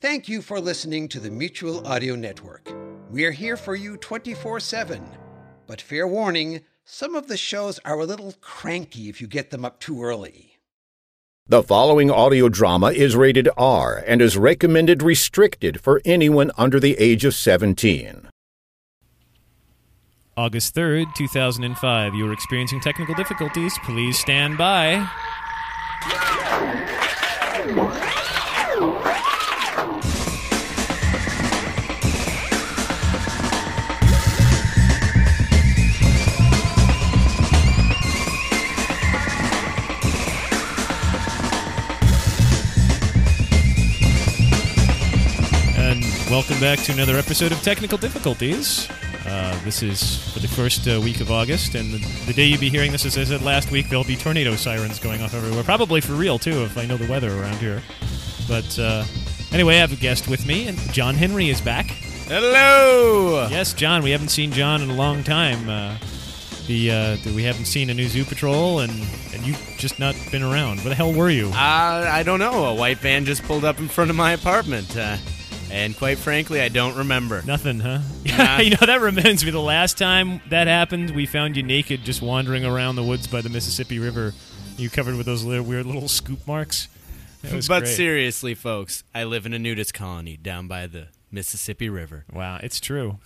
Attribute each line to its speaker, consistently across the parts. Speaker 1: Thank you for listening to the Mutual Audio Network. We're here for you 24 7. But fair warning, some of the shows are a little cranky if you get them up too early.
Speaker 2: The following audio drama is rated R and is recommended restricted for anyone under the age of 17.
Speaker 3: August 3rd, 2005. You are experiencing technical difficulties. Please stand by. And welcome back to another episode of Technical Difficulties. Uh, this is for the first uh, week of August, and the, the day you'll be hearing this, as I said last week, there'll be tornado sirens going off everywhere. Probably for real, too, if I know the weather around here. But uh, anyway, I have a guest with me, and John Henry is back.
Speaker 4: Hello. Uh,
Speaker 3: Yes, John, we haven't seen John in a long time. Uh, the, uh, the- we haven't seen a new Zoo Patrol, and, and you've just not been around. Where the hell were you?
Speaker 4: Uh, I don't know. A white van just pulled up in front of my apartment, uh, and quite frankly, I don't remember.
Speaker 3: Nothing, huh?
Speaker 4: Nah.
Speaker 3: you know, that reminds me the last time that happened, we found you naked just wandering around the woods by the Mississippi River. You covered with those little, weird little scoop marks. That was
Speaker 4: but
Speaker 3: great.
Speaker 4: seriously, folks, I live in a nudist colony down by the Mississippi River.
Speaker 3: Wow, it's true.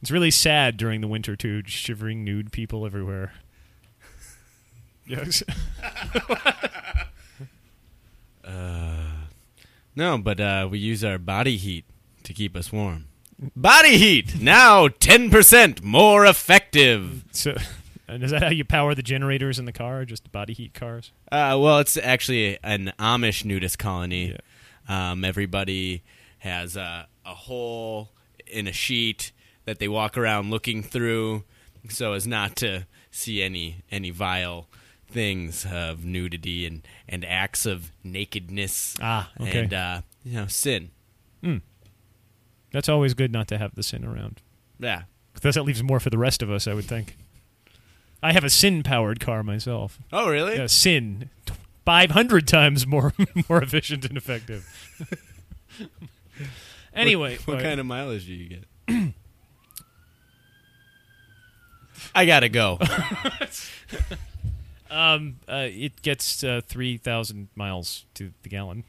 Speaker 3: It's really sad during the winter, too, just shivering nude people everywhere. Yes.
Speaker 4: No, but uh, we use our body heat to keep us warm. Body heat now ten percent more effective.
Speaker 3: So, and is that how you power the generators in the car? Just body heat cars?
Speaker 4: Uh, well, it's actually an Amish nudist colony. Um, everybody has a, a hole in a sheet that they walk around looking through, so as not to see any any vile things of nudity and, and acts of nakedness.
Speaker 3: Ah, okay.
Speaker 4: and uh, you know sin.
Speaker 3: That's always good not to have the sin around.
Speaker 4: Yeah,
Speaker 3: Because that leaves more for the rest of us, I would think. I have a sin powered car myself.
Speaker 4: Oh, really?
Speaker 3: Yeah, sin. 500 times more more efficient and effective. anyway, uh,
Speaker 4: What kind of mileage do you get? I gotta go.
Speaker 3: uh, it gets uh, 3,000 miles to the gallon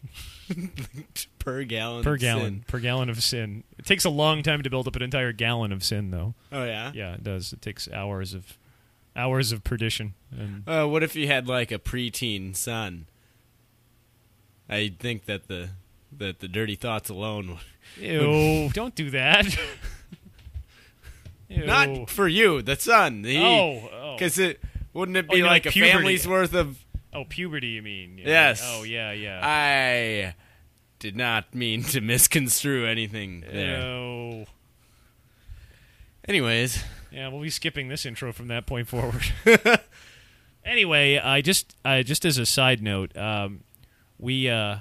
Speaker 4: per gallon.
Speaker 3: per
Speaker 4: of
Speaker 3: gallon per gallon of sin. It takes a long time to build up an entire gallon of sin though.
Speaker 4: sin. Oh yeah.
Speaker 3: Yeah, it does. It takes hours of hours of perdition and
Speaker 4: Uh, what if you had like a preteen son? I think that the that the dirty thoughts alone, would-
Speaker 3: ew, don't do that. Ew.
Speaker 4: not for you, the son. He,
Speaker 3: Oh, oh.
Speaker 4: because it wouldn't it
Speaker 3: Oh,
Speaker 4: be
Speaker 3: you mean
Speaker 4: like a
Speaker 3: puberty.
Speaker 4: family's worth of?
Speaker 3: Oh, puberty, you mean? Yeah.
Speaker 4: Yes.
Speaker 3: Oh, yeah, yeah.
Speaker 4: I did not mean to misconstrue anything there.
Speaker 3: Ew.
Speaker 4: Anyways,
Speaker 3: Yeah, we'll be skipping this intro from that point forward. anyway, I just, I just as a side note, um, we uh,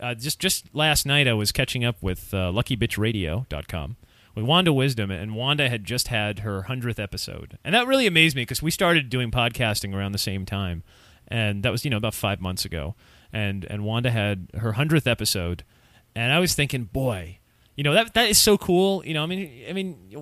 Speaker 3: uh, just just last night I was catching up with uh, LuckyBitchRadio.com with Wanda Wisdom, and Wanda had just had her hundredth episode, and that really amazed me because we started doing podcasting around the same time, and that was you know about five months ago, and and Wanda had her hundredth episode, and I was thinking, boy, you know that that is so cool. You know, I mean, I mean,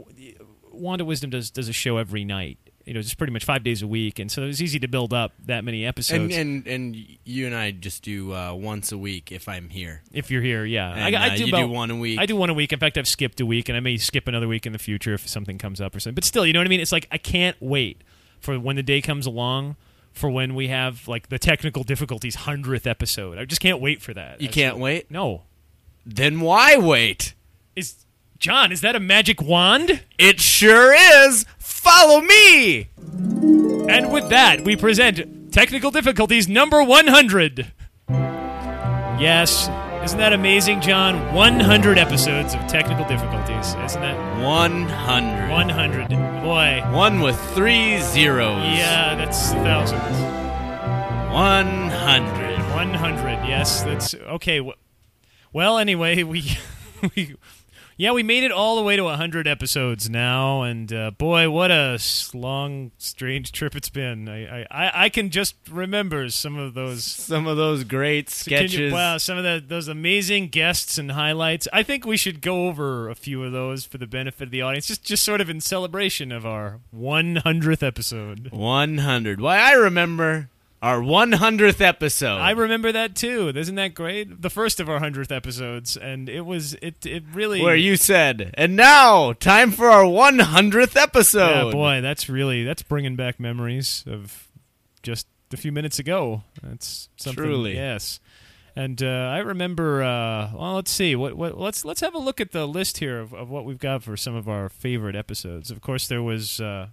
Speaker 3: Wanda Wisdom does does a show every night. You know, just pretty much five days a week, and so it was easy to build up that many episodes.
Speaker 4: and and and you and I just do uh, once a week if I'm here.
Speaker 3: If you're here, yeah,
Speaker 4: And,
Speaker 3: I, I
Speaker 4: uh,
Speaker 3: do
Speaker 4: you do
Speaker 3: about-
Speaker 4: one a week.
Speaker 3: I do one a week. In fact, I've skipped a week, and I may skip another week in the future if something comes up or something. But still, you know what I mean? It's like I can't wait for when the day comes along for when we have like the technical difficulties hundredth episode. I just can't wait for that.
Speaker 4: You
Speaker 3: I-
Speaker 4: can't wait.
Speaker 3: No,
Speaker 4: Then why wait?
Speaker 3: is John? Is that a magic wand?
Speaker 4: It sure is. Follow me.
Speaker 3: And with that, we present Technical Difficulties number 100. Yes, Isn't that amazing, John? 100 episodes of technical difficulties. Isn't that
Speaker 4: 100.
Speaker 3: 100? Boy.
Speaker 4: One with three zeros.
Speaker 3: Yeah, that's thousands.
Speaker 4: 100.
Speaker 3: 100. Yes, that's okay. w- Well, anyway, we, we yeah, we made it all the way to 100 episodes now, and uh, boy, what a s- long, strange trip it's been. I, I- I, I can just remember some of those
Speaker 4: Some of those great
Speaker 3: can you-
Speaker 4: sketches.
Speaker 3: wow, some of the, those amazing guests and highlights. I think we should go over a few of those for the benefit of the audience, just just sort of in celebration of our 100th episode.
Speaker 4: 100. Why, I remember our 100th episode.
Speaker 3: I remember that too. Isn't that great? The first of our hundredth episodes, and it was it. It really.
Speaker 4: where you said, and now, time for our 100th episode.
Speaker 3: Yeah, boy, that's really that's bringing back memories of just a few minutes ago. That's something.
Speaker 4: Truly.
Speaker 3: yes. And uh, I remember. Uh, well, let's see. What, what? Let's let's have a look at the list here of, of what we've got for some of our favorite episodes. Of course, there was. Uh,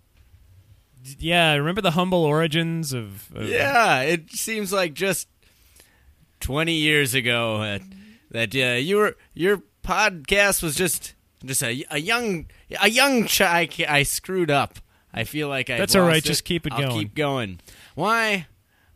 Speaker 3: d- yeah, I remember the humble origins of. of
Speaker 4: Yeah, it seems like just 20 years ago uh, that uh, you were your podcast was just just a, a young a young child. I, screwed up. I feel like I
Speaker 3: That's all right, just keep it
Speaker 4: I'll
Speaker 3: going.
Speaker 4: Keep going. Why?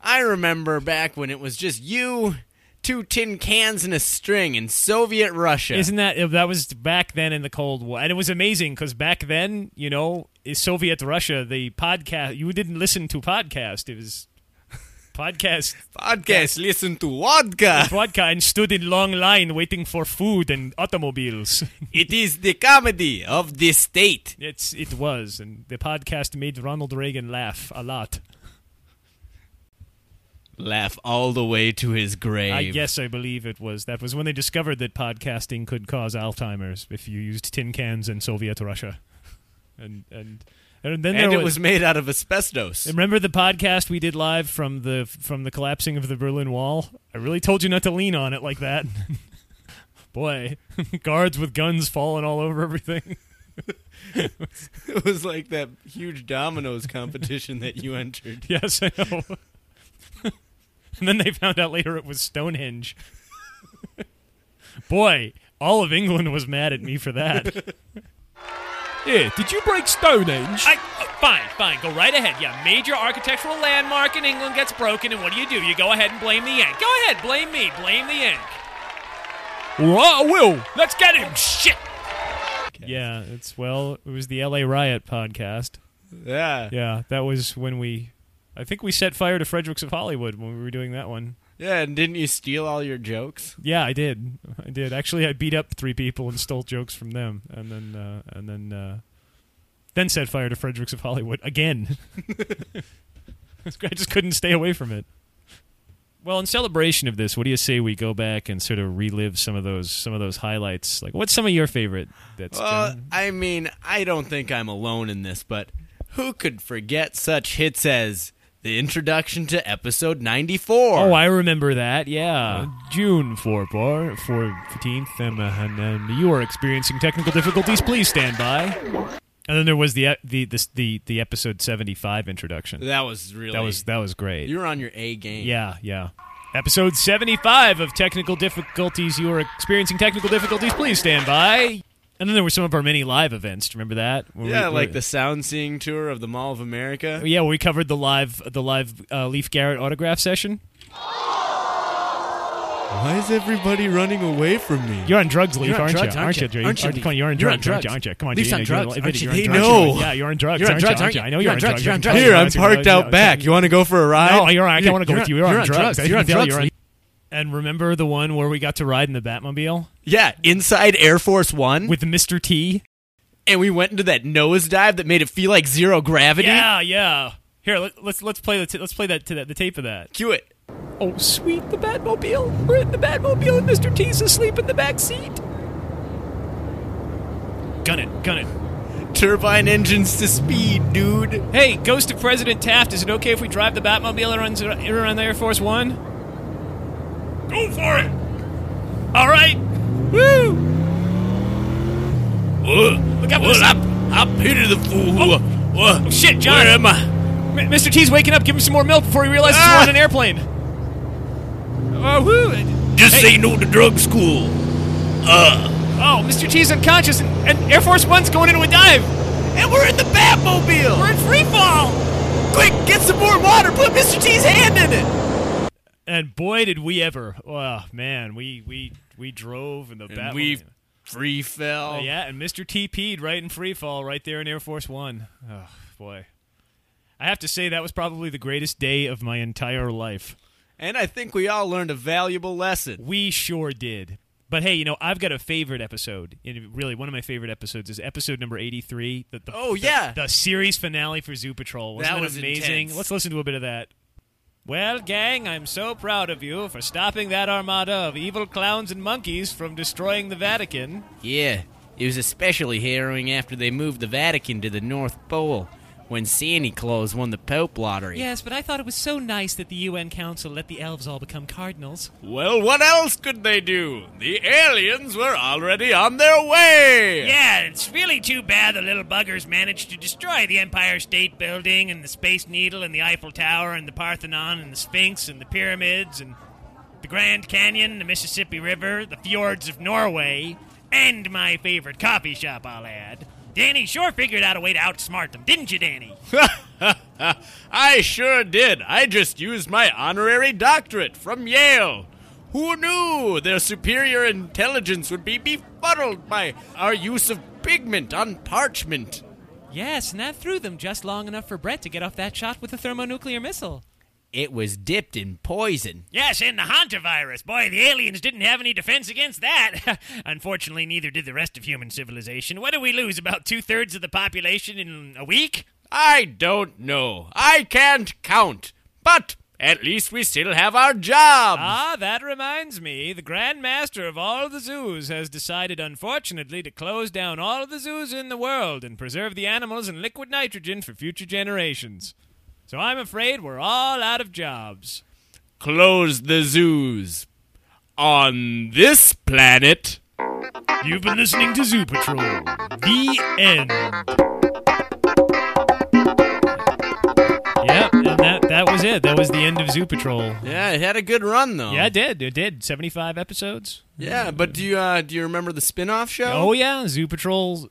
Speaker 4: I remember back when it was just you, two tin cans and a string in Soviet Russia.
Speaker 3: Isn't that that was back then in the Cold War, and it was amazing because back then, you know, in Soviet Russia, the podcast you didn't listen to podcast. It was podcast
Speaker 4: podcast? Listen to vodka.
Speaker 3: vodka and stood in long line waiting for food and automobiles.
Speaker 4: it is the comedy of the state.
Speaker 3: It's it was, and the podcast made Ronald Reagan laugh a lot.
Speaker 4: Laugh all the way to his grave.
Speaker 3: I guess I believe it was that was when they discovered that podcasting could cause Alzheimer's if you used tin cans in Soviet Russia, and and. And then
Speaker 4: and
Speaker 3: there
Speaker 4: it was made out of asbestos.
Speaker 3: Remember the podcast we did live from the from the collapsing of the Berlin Wall? I really told you not to lean on it like that. Boy, guards with guns falling all over everything.
Speaker 4: It was like that huge dominoes competition that you entered.
Speaker 3: Yes, I know. and then they found out later it was Stonehenge. Boy, all of England was mad at me for that.
Speaker 5: Yeah, did you break Stonehenge?
Speaker 3: I, uh, fine, fine, go right ahead. Yeah, major architectural landmark in England gets broken, and what do you do? You go ahead and blame the Yank. Go ahead, blame me, blame the Yank.
Speaker 5: All right, I will.
Speaker 3: Let's get him! Shit! Yeah, it's well, it was the LA Riot podcast.
Speaker 4: Yeah. yeah.
Speaker 3: Yeah, that was when we, I think we set fire to Fredericks of Hollywood when we were doing that one.
Speaker 4: and didn't you steal all your jokes?
Speaker 3: Yeah, I did. I did. Actually, I beat up three people and stole jokes from them, and then uh, and then uh, then set fire to Fredericks of Hollywood again. I just couldn't stay away from it. Well, in celebration of this, what do you say we go back and sort of relive some of those some of those highlights? Like, what's some of your favorite? That's
Speaker 4: Well,
Speaker 3: John?
Speaker 4: Uh, I mean, I don't think I'm alone in this, but who could forget such hits as the introduction to episode 94?
Speaker 3: Oh, I remember that. Yeah, Uh, June four bar fourteenth. Um, uh, and um, you are experiencing technical difficulties. Please stand by. And then there was the the the the, the episode seventy five introduction.
Speaker 4: that was really.
Speaker 3: That was that was great.
Speaker 4: you were on your A game.
Speaker 3: yeah, yeah. Episode seventy five of technical difficulties. You are experiencing technical difficulties. Please stand by. And then there were some of our many live events. Do you Remember that? Where we-
Speaker 4: Yeah, like
Speaker 3: where-
Speaker 4: the sound seeing tour of the Mall of America.
Speaker 3: yeah, we covered the live the live uh, Leaf Garrett autograph session.
Speaker 4: Why is everybody running away from me?
Speaker 3: You're on drugs, Leaf,
Speaker 4: You're on
Speaker 3: aren't,
Speaker 4: drugs,
Speaker 3: you?
Speaker 4: aren't you?
Speaker 3: Jay?
Speaker 4: Aren't you,
Speaker 3: Come on, you're on
Speaker 4: Leaf? You're
Speaker 3: drugs,
Speaker 4: on
Speaker 3: aren't you? Aren't
Speaker 4: drugs.
Speaker 3: you? Come on,
Speaker 4: Leaf's
Speaker 3: Jay,
Speaker 4: on
Speaker 3: you know,
Speaker 4: drugs,
Speaker 3: you're
Speaker 4: aren't you?
Speaker 3: on
Speaker 4: They
Speaker 3: drugs, aren't
Speaker 4: know.
Speaker 3: you? Yeah, you're on drugs.
Speaker 4: You're on
Speaker 3: aren't you?
Speaker 4: drugs,
Speaker 3: Aren't you?
Speaker 4: aren't
Speaker 3: I
Speaker 4: you?
Speaker 3: know
Speaker 4: You're
Speaker 3: you're
Speaker 4: on
Speaker 3: on
Speaker 4: drugs,
Speaker 3: drugs.
Speaker 4: you're on
Speaker 3: aren't
Speaker 4: drugs.
Speaker 3: you?
Speaker 4: Here,
Speaker 3: Yeah,
Speaker 4: I'm
Speaker 3: it's okay.
Speaker 4: parked out
Speaker 3: Yeah,
Speaker 4: back.
Speaker 3: okay.
Speaker 4: You wanna go for a ride?
Speaker 3: No, you're all right. I
Speaker 4: You're-
Speaker 3: want to go
Speaker 4: you're
Speaker 3: with
Speaker 4: on-
Speaker 3: you. You're on
Speaker 4: you're on drugs.
Speaker 3: drugs. I
Speaker 4: You're on
Speaker 3: can tell
Speaker 4: drugs,
Speaker 3: you're on-
Speaker 4: Leaf.
Speaker 3: And remember the one where we got to ride in the Batmobile
Speaker 4: Yeah, inside Air Force One,
Speaker 3: with Mr. T?
Speaker 4: and we went into that nosedive that made it feel like zero gravity.
Speaker 3: Yeah, yeah. Here, let, let's let's play the t- let's play that to that the tape of that.
Speaker 4: Cue it.
Speaker 3: Oh, sweet, the Batmobile. We're in the Batmobile and Mr. T's asleep in the back seat. Gun it, gun it.
Speaker 4: Turbine engines to speed, dude.
Speaker 3: Hey, Ghost of President Taft, is it okay if we drive the Batmobile around, around the Air Force One? Go for it! All right. Woo! Look out for this-
Speaker 4: I pity the fool.
Speaker 3: Oh.
Speaker 4: oh,
Speaker 3: shit, John.
Speaker 4: Where am I?
Speaker 3: M- Mr. T's waking up. Give him some more milk before he realizes
Speaker 4: Ah!
Speaker 3: we're on an airplane. Oh, woo!
Speaker 6: Just say no to drug school.
Speaker 4: Uh.
Speaker 3: Oh, Mr. T's unconscious, and, and Air Force One's going into a dive.
Speaker 4: And we're in the Batmobile.
Speaker 3: We're in free fall.
Speaker 4: Quick, get some more water. Put Mr. T's hand in it.
Speaker 3: And boy, did we ever! Oh man, we we we drove in the
Speaker 4: And
Speaker 3: Batmobile.
Speaker 4: we free fell.
Speaker 3: Oh, yeah, and Mr. T peed right in free fall, right there in Air Force One. Oh boy, I have to say that was probably the greatest day of my entire life.
Speaker 4: And I think we all learned a valuable lesson.
Speaker 3: We sure did. But hey, you know, I've got a favorite episode. And really, one of my favorite episodes is episode number 83. The, the,
Speaker 4: Oh,
Speaker 3: the-
Speaker 4: yeah.
Speaker 3: The series finale for Zoo Patrol. Wasn't
Speaker 4: That
Speaker 3: that,
Speaker 4: was
Speaker 3: amazing?
Speaker 4: intense.
Speaker 3: Let's listen to a bit of that. Well, gang, I'm so proud of you for stopping that armada of evil clowns and monkeys from destroying the Vatican.
Speaker 4: Yeah, it was especially harrowing after they moved the Vatican to the North Pole when Santa Claus won the Pope lottery.
Speaker 3: Yes, but I thought it was so nice that the UN Council let the elves all become cardinals.
Speaker 4: Well, what else could they do? The aliens were already on their way.
Speaker 6: Yeah, it's really too bad the little buggers managed to destroy the Empire State Building and the Space Needle and the Eiffel Tower and the Parthenon and the Sphinx and the pyramids and the Grand Canyon, the Mississippi River, the fjords of Norway, and my favorite coffee shop, I'll add. Danny sure figured out a way to outsmart them, didn't you, Danny?
Speaker 4: I sure did. I just used my honorary doctorate from Yale. Who knew their superior intelligence would be befuddled by our use of pigment on parchment?
Speaker 3: Yes, and that threw them just long enough for Brett to get off that shot with a thermonuclear missile.
Speaker 4: It was dipped in poison.
Speaker 6: Yes, and the Hantavirus. Boy, the aliens didn't have any defense against that. Unfortunately, neither did the rest of human civilization. What do we lose? About two thirds of the population in a week?
Speaker 4: I don't know. I can't count. But at least we still have our jobs.
Speaker 3: Ah, that reminds me. The Grand Master of all the zoos has decided, unfortunately, to close down all the zoos in the world and preserve the animals in liquid nitrogen for future generations. So I'm afraid we're all out of jobs.
Speaker 4: Close the zoos. On this planet.
Speaker 6: You've been listening to Zoo Patrol. The end.
Speaker 3: Yep, and that, that was it. That was the end of Zoo Patrol.
Speaker 4: Yeah, it had a good run though.
Speaker 3: Yeah, it did. It did. 75 episodes.
Speaker 4: Yeah, but do you uh, do you remember the spin-off show?
Speaker 3: Oh, yeah. Zoo Patrol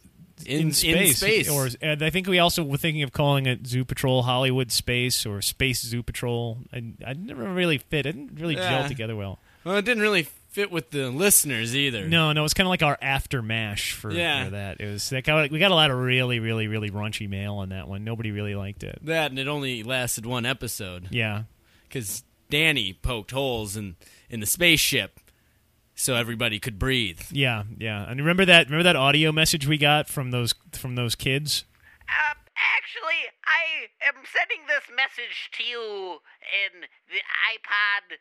Speaker 3: in, space.
Speaker 4: space.
Speaker 3: Or, and I think we also were thinking of calling it Zoo Patrol Hollywood Space or Space Zoo Patrol. I, I never really fit. It didn't really
Speaker 4: Yeah.
Speaker 3: gel together well.
Speaker 4: Well, it didn't really fit with the listeners either.
Speaker 3: No, no, it's kind of like our after mash for,
Speaker 4: Yeah.
Speaker 3: for that. It was that got, we got a lot of really, really, really raunchy mail on that one. Nobody really liked it.
Speaker 4: That and it only lasted one episode
Speaker 3: Yeah,
Speaker 4: because Danny poked holes in in the spaceship so everybody could breathe.
Speaker 3: yeah, yeah. And remember that remember that audio message we got from those from those kids.
Speaker 7: Um, actually, I am sending this message to you in the iPod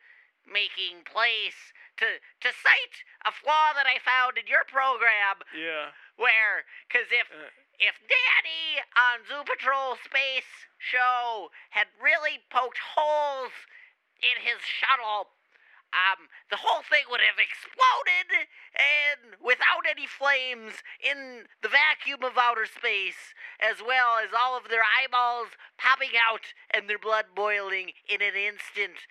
Speaker 7: making place to to cite a flaw that I found in your program. Yeah. Where, because if
Speaker 8: Uh.
Speaker 7: if Danny on Zoo Patrol Space Show had really poked holes in his shuttle, um, the whole thing would have exploded and without any flames in the vacuum of outer space, as well as all of their eyeballs popping out and their blood boiling in an instant.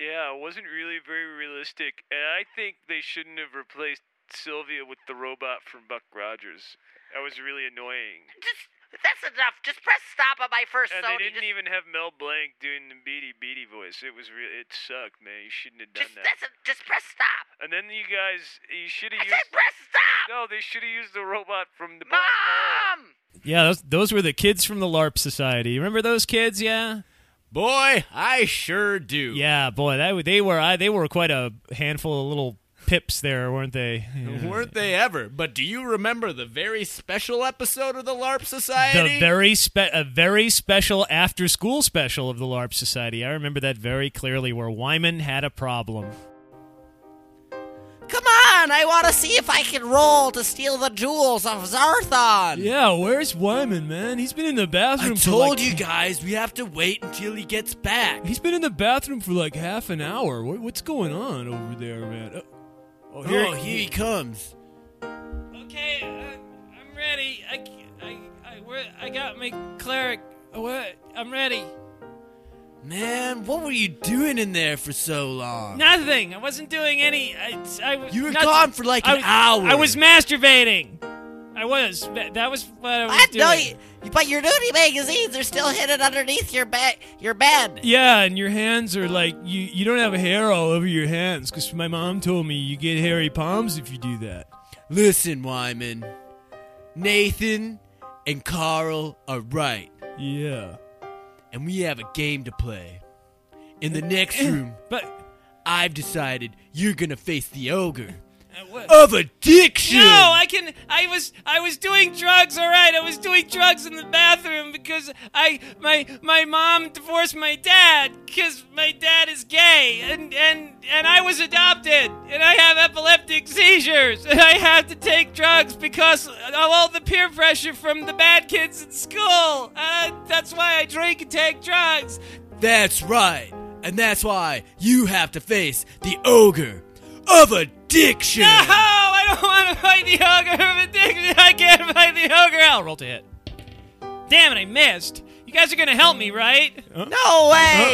Speaker 8: Yeah, it wasn't really very realistic, and I think they shouldn't have replaced Sylvia with the robot from Buck Rogers. That was really annoying.
Speaker 7: Just that's enough. Just press stop on my first
Speaker 8: And
Speaker 7: Sony.
Speaker 8: they didn't
Speaker 7: just,
Speaker 8: even have Mel Blanc doing the beady beady voice. It was real. It sucked, man. You shouldn't have done
Speaker 7: just
Speaker 8: that.
Speaker 7: that's a, just press stop.
Speaker 8: And then you guys, you should have
Speaker 7: I said
Speaker 8: used.
Speaker 7: press stop.
Speaker 8: No, they should have used the robot from the Black Hole.
Speaker 7: Mom.
Speaker 3: Yeah, those, those were the kids from the LARP Society. Remember those kids? Yeah,
Speaker 4: Boy, I sure do.
Speaker 3: yeah, boy, that they were I, they were quite a handful of little pips there, weren't they? Yeah.
Speaker 4: Weren't they ever? But do you remember the very special episode of the LARP Society?
Speaker 3: The very spe- a very special after school special of the LARP Society. I remember that very clearly, where Wyman had a problem.
Speaker 4: Come on, I want to see if I can roll to steal the jewels of Zarthon.
Speaker 3: Yeah, where's Wyman, man? He's been in the bathroom.
Speaker 4: I told you guys we have to wait until he gets back.
Speaker 3: He's been in the bathroom for like half an hour. What, what's going on over there, man? Oh,
Speaker 4: Oh, here he comes.
Speaker 3: Okay, I, I'm ready. I,
Speaker 6: uh,
Speaker 3: I, I, where, I got my cleric. What? I'm ready.
Speaker 4: Man, what were you doing in there for so long?
Speaker 6: Nothing. I wasn't doing any. I, I was.
Speaker 4: You were
Speaker 6: nothing.
Speaker 4: gone for like
Speaker 6: I
Speaker 4: an
Speaker 6: was-
Speaker 4: hour.
Speaker 6: I was masturbating. I was. That that was what I was
Speaker 7: I
Speaker 6: doing.
Speaker 7: know you, but your nudie magazines are still hidden underneath your bed. Your bed.
Speaker 5: Yeah, and your hands are like you. You don't have hair all over your hands because my mom told me you get hairy palms if you do that.
Speaker 4: Listen, Wyman. Nathan and Carl are right,
Speaker 5: Yeah.
Speaker 4: and we have a game to play. In the next room,
Speaker 6: But
Speaker 4: I've decided you're gonna face the ogre
Speaker 6: I was.
Speaker 4: of addiction.
Speaker 6: Uh, No, I can. I was. I was doing drugs. All right, I was doing drugs in the bathroom because I my my mom divorced my dad because my dad is gay and and and I was adopted and I have epileptic seizures and I had to take drugs because of all the peer pressure from the bad kids in school. Uh, that's why I drink and take drugs.
Speaker 4: That's right, and that's why you have to face the ogre of addiction.
Speaker 6: No, I don't want to fight the ogre of addiction. I can't fight the ogre. I'll roll to hit. Damn it, I missed. You guys are gonna help me, right?
Speaker 7: No way.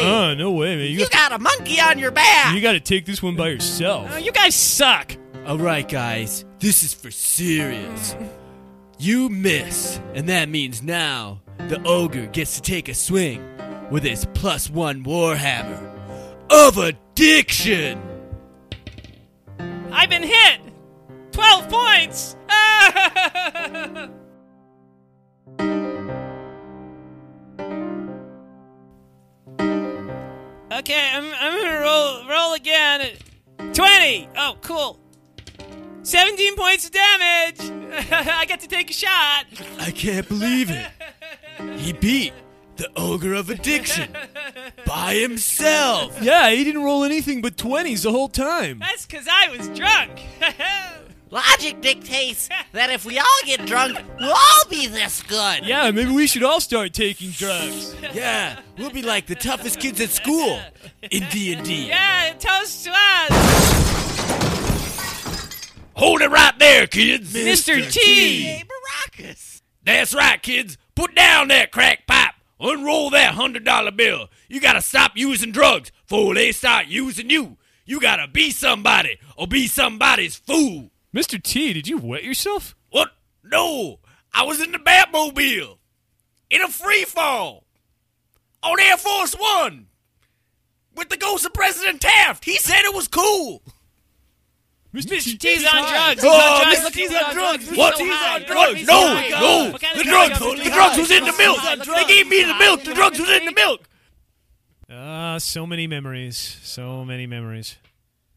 Speaker 5: Uh-uh, no way, man. You,
Speaker 7: You got a monkey on your back.
Speaker 5: got, you got to take this one by yourself.
Speaker 6: Oh, you guys suck.
Speaker 4: All right, guys, this is for serious. You miss, and that means now the ogre gets to take a swing with his plus one warhammer of addiction.
Speaker 6: I've been hit. Twelve points. okay, I'm I'm gonna roll roll again. Twenty. Oh, cool. Seventeen points of damage. I get to take a shot.
Speaker 4: I can't believe it. He beat the ogre of addiction by himself.
Speaker 5: Yeah, he didn't roll anything but twenties the whole time.
Speaker 6: That's because I was drunk.
Speaker 7: Logic dictates that if we all get drunk, we'll all be this good.
Speaker 5: Yeah, maybe we should all start taking drugs.
Speaker 4: Yeah, we'll be like the toughest kids at school in D&D.
Speaker 6: yeah, toast to us,
Speaker 4: Hold it right there, kids.
Speaker 6: Mr. T.
Speaker 7: Maracas.
Speaker 4: That's right, kids. Put down that crack pipe. Unroll that hundred dollar bill. You gotta stop using drugs before they start using you. You gotta be somebody or be somebody's fool.
Speaker 5: Mr. T, did you wet yourself?
Speaker 4: What? No, I was in the Batmobile, in a free fall, on Air Force One, with the ghost of President Taft. He said it was cool.
Speaker 6: Mr. T's on drugs. He's
Speaker 4: Oh,
Speaker 6: on drugs.
Speaker 4: Mr.
Speaker 6: Look,
Speaker 4: T's
Speaker 6: he's
Speaker 4: on
Speaker 6: on
Speaker 4: drugs.
Speaker 6: drugs. He's
Speaker 4: What?
Speaker 6: so
Speaker 4: T's
Speaker 6: high.
Speaker 4: on drugs.
Speaker 6: He's
Speaker 4: No,
Speaker 6: so high.
Speaker 4: no.
Speaker 6: What kind
Speaker 4: The
Speaker 6: of drug
Speaker 4: drugs-
Speaker 6: is
Speaker 4: the
Speaker 6: he
Speaker 4: drugs
Speaker 6: on?
Speaker 4: was in the milk.
Speaker 6: He's on
Speaker 4: They
Speaker 6: drugs.
Speaker 4: gave me the
Speaker 6: He's
Speaker 4: milk.
Speaker 6: high.
Speaker 4: The drugs was in the milk.
Speaker 3: Ah, so many memories. So many memories.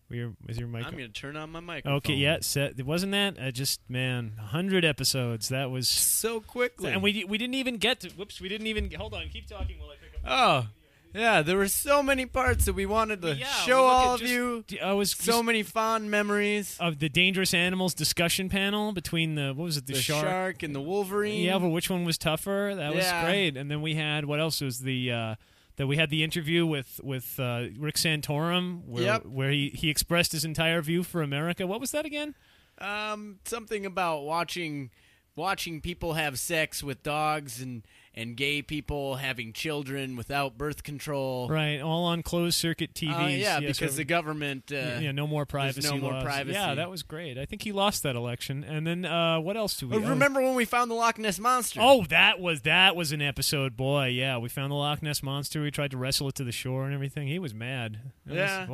Speaker 3: We are, is your mic?
Speaker 4: gonna turn on my microphone.
Speaker 3: okay, yeah. Set, wasn't that uh, just man? Hundred episodes. That was.
Speaker 4: so quickly.
Speaker 3: And we we didn't even get to. Whoops, we didn't even. Hold on, keep talking while I pick up.
Speaker 4: oh, yeah. There were so many parts that we wanted to
Speaker 3: Yeah, we
Speaker 4: Oh, show
Speaker 3: look at
Speaker 4: all of
Speaker 3: just-
Speaker 4: you.
Speaker 3: d- I was
Speaker 4: So
Speaker 3: just-
Speaker 4: many fond memories.
Speaker 3: of the dangerous animals discussion panel between the what was it the,
Speaker 4: The shark. and the wolverine.
Speaker 3: Yeah, but which one was tougher? That was
Speaker 4: Yeah.
Speaker 3: great. And then we had what else was the uh, that we had the interview with with uh, Rick Santorum where
Speaker 4: Yep.
Speaker 3: where he he expressed his entire view for America. What was that again?
Speaker 4: um, something about watching watching people have sex with dogs and and gay people having children without birth control.
Speaker 3: Right, all on closed circuit TVs.
Speaker 4: Uh, yeah,
Speaker 3: Yes,
Speaker 4: because
Speaker 3: or-
Speaker 4: the government. Uh,
Speaker 3: yeah, no more privacy.
Speaker 4: no more
Speaker 3: laws.
Speaker 4: privacy.
Speaker 3: Yeah, that was great. I think he lost that election. And then uh, what else do we
Speaker 4: But remember when we found the Loch Ness monster?
Speaker 3: Oh, that was that was an episode, boy. Yeah, we found the Loch Ness monster. We tried to wrestle it to the shore and everything. He was mad. That was-
Speaker 4: Yeah.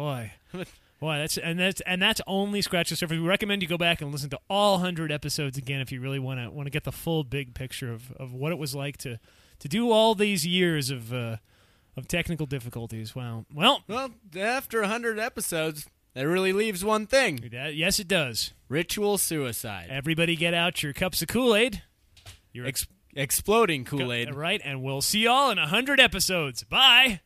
Speaker 3: boy. Boy, that's and that's and that's only scratch the surface. We recommend you go back and listen to all hundred episodes again if you really want to want to get the full big picture of, of what it was like to to do all these years of uh, of technical difficulties. Wow. Well,
Speaker 4: Well, after hundred episodes, that really leaves one thing:
Speaker 3: that, yes, it does.
Speaker 4: ritual suicide,
Speaker 3: Everybody, get out your cups of Kool Aid. Your
Speaker 4: Ex- exploding Kool Aid.
Speaker 3: right? And we'll see y'all in hundred episodes. Bye.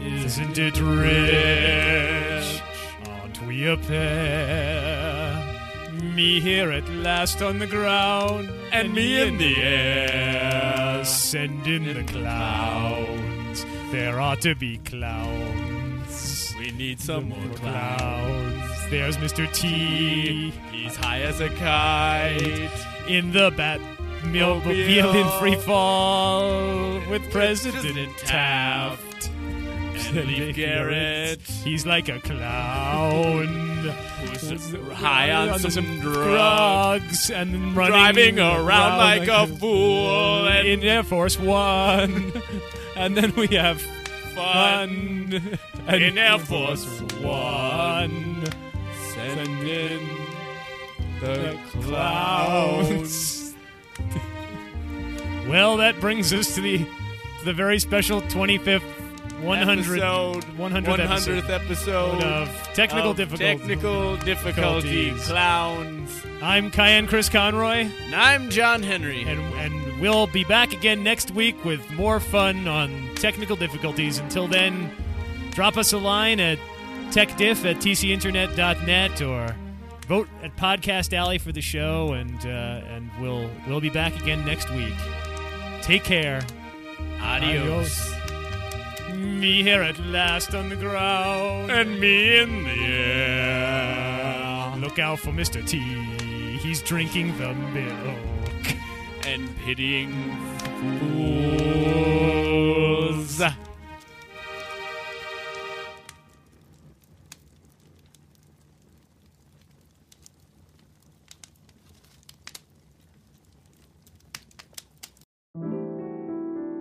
Speaker 3: Isn't it rich? Aren't we a pair? Me here at last on the ground, and me in the air. Send in the clowns. There ought to be clowns.
Speaker 4: We need some more clowns.
Speaker 3: There's Mr. T
Speaker 4: He's high as a kite.
Speaker 3: in the bat mill field in free fall with President
Speaker 4: President
Speaker 3: Taft.
Speaker 4: And Leif Garrett.
Speaker 3: He's like a clown.
Speaker 4: Who's high on
Speaker 3: Under
Speaker 4: some drugs.
Speaker 3: drugs and running
Speaker 4: Driving around like a fool. And
Speaker 3: in Air Force One. and then we have
Speaker 4: fun.
Speaker 3: fun
Speaker 4: In Air Force
Speaker 3: One.
Speaker 4: Send
Speaker 3: in
Speaker 4: the
Speaker 3: clouds. well, that brings us to the to the very special 25th 100
Speaker 4: Episode,
Speaker 3: 100th episode
Speaker 4: 100th episode
Speaker 3: of Technical
Speaker 4: of
Speaker 3: Difficulties.
Speaker 4: Technical difficulty
Speaker 3: Difficulties.
Speaker 4: clowns.
Speaker 3: I'm Cayenne Chris Conroy,
Speaker 4: And I'm John Henry.
Speaker 3: and and we'll be back again next week with more fun on technical difficulties. Until then, drop us a line at techdiff at tcinternet.net or vote at Podcast Alley for the show, and uh, and we'll we'll be back again next week. Take care.
Speaker 4: Adios.
Speaker 3: Me here at last on the ground. And me in the air. Look out for Mr. T. He's drinking the milk.
Speaker 4: And pitying fools.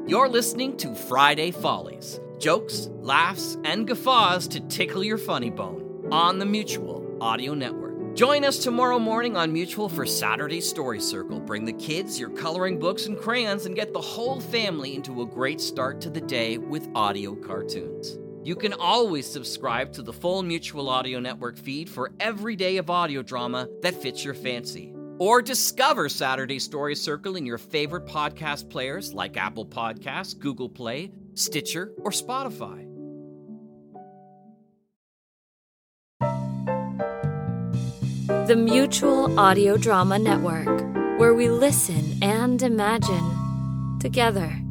Speaker 9: You're listening to Friday Follies jokes, laughs, and guffaws to tickle your funny bone on the Mutual Audio Network. Join us tomorrow morning on Mutual for Saturday's Story Circle. Bring the kids, your coloring books, and crayons, and get the whole family into a great start to the day with audio cartoons. You can always subscribe to the full Mutual Audio Network feed for every day of audio drama that fits your fancy. Or discover Saturday Story Circle in your favorite podcast players like Apple Podcasts, Google Play, Stitcher, or Spotify.
Speaker 6: The Mutual Audio Drama Network, where we listen and imagine together.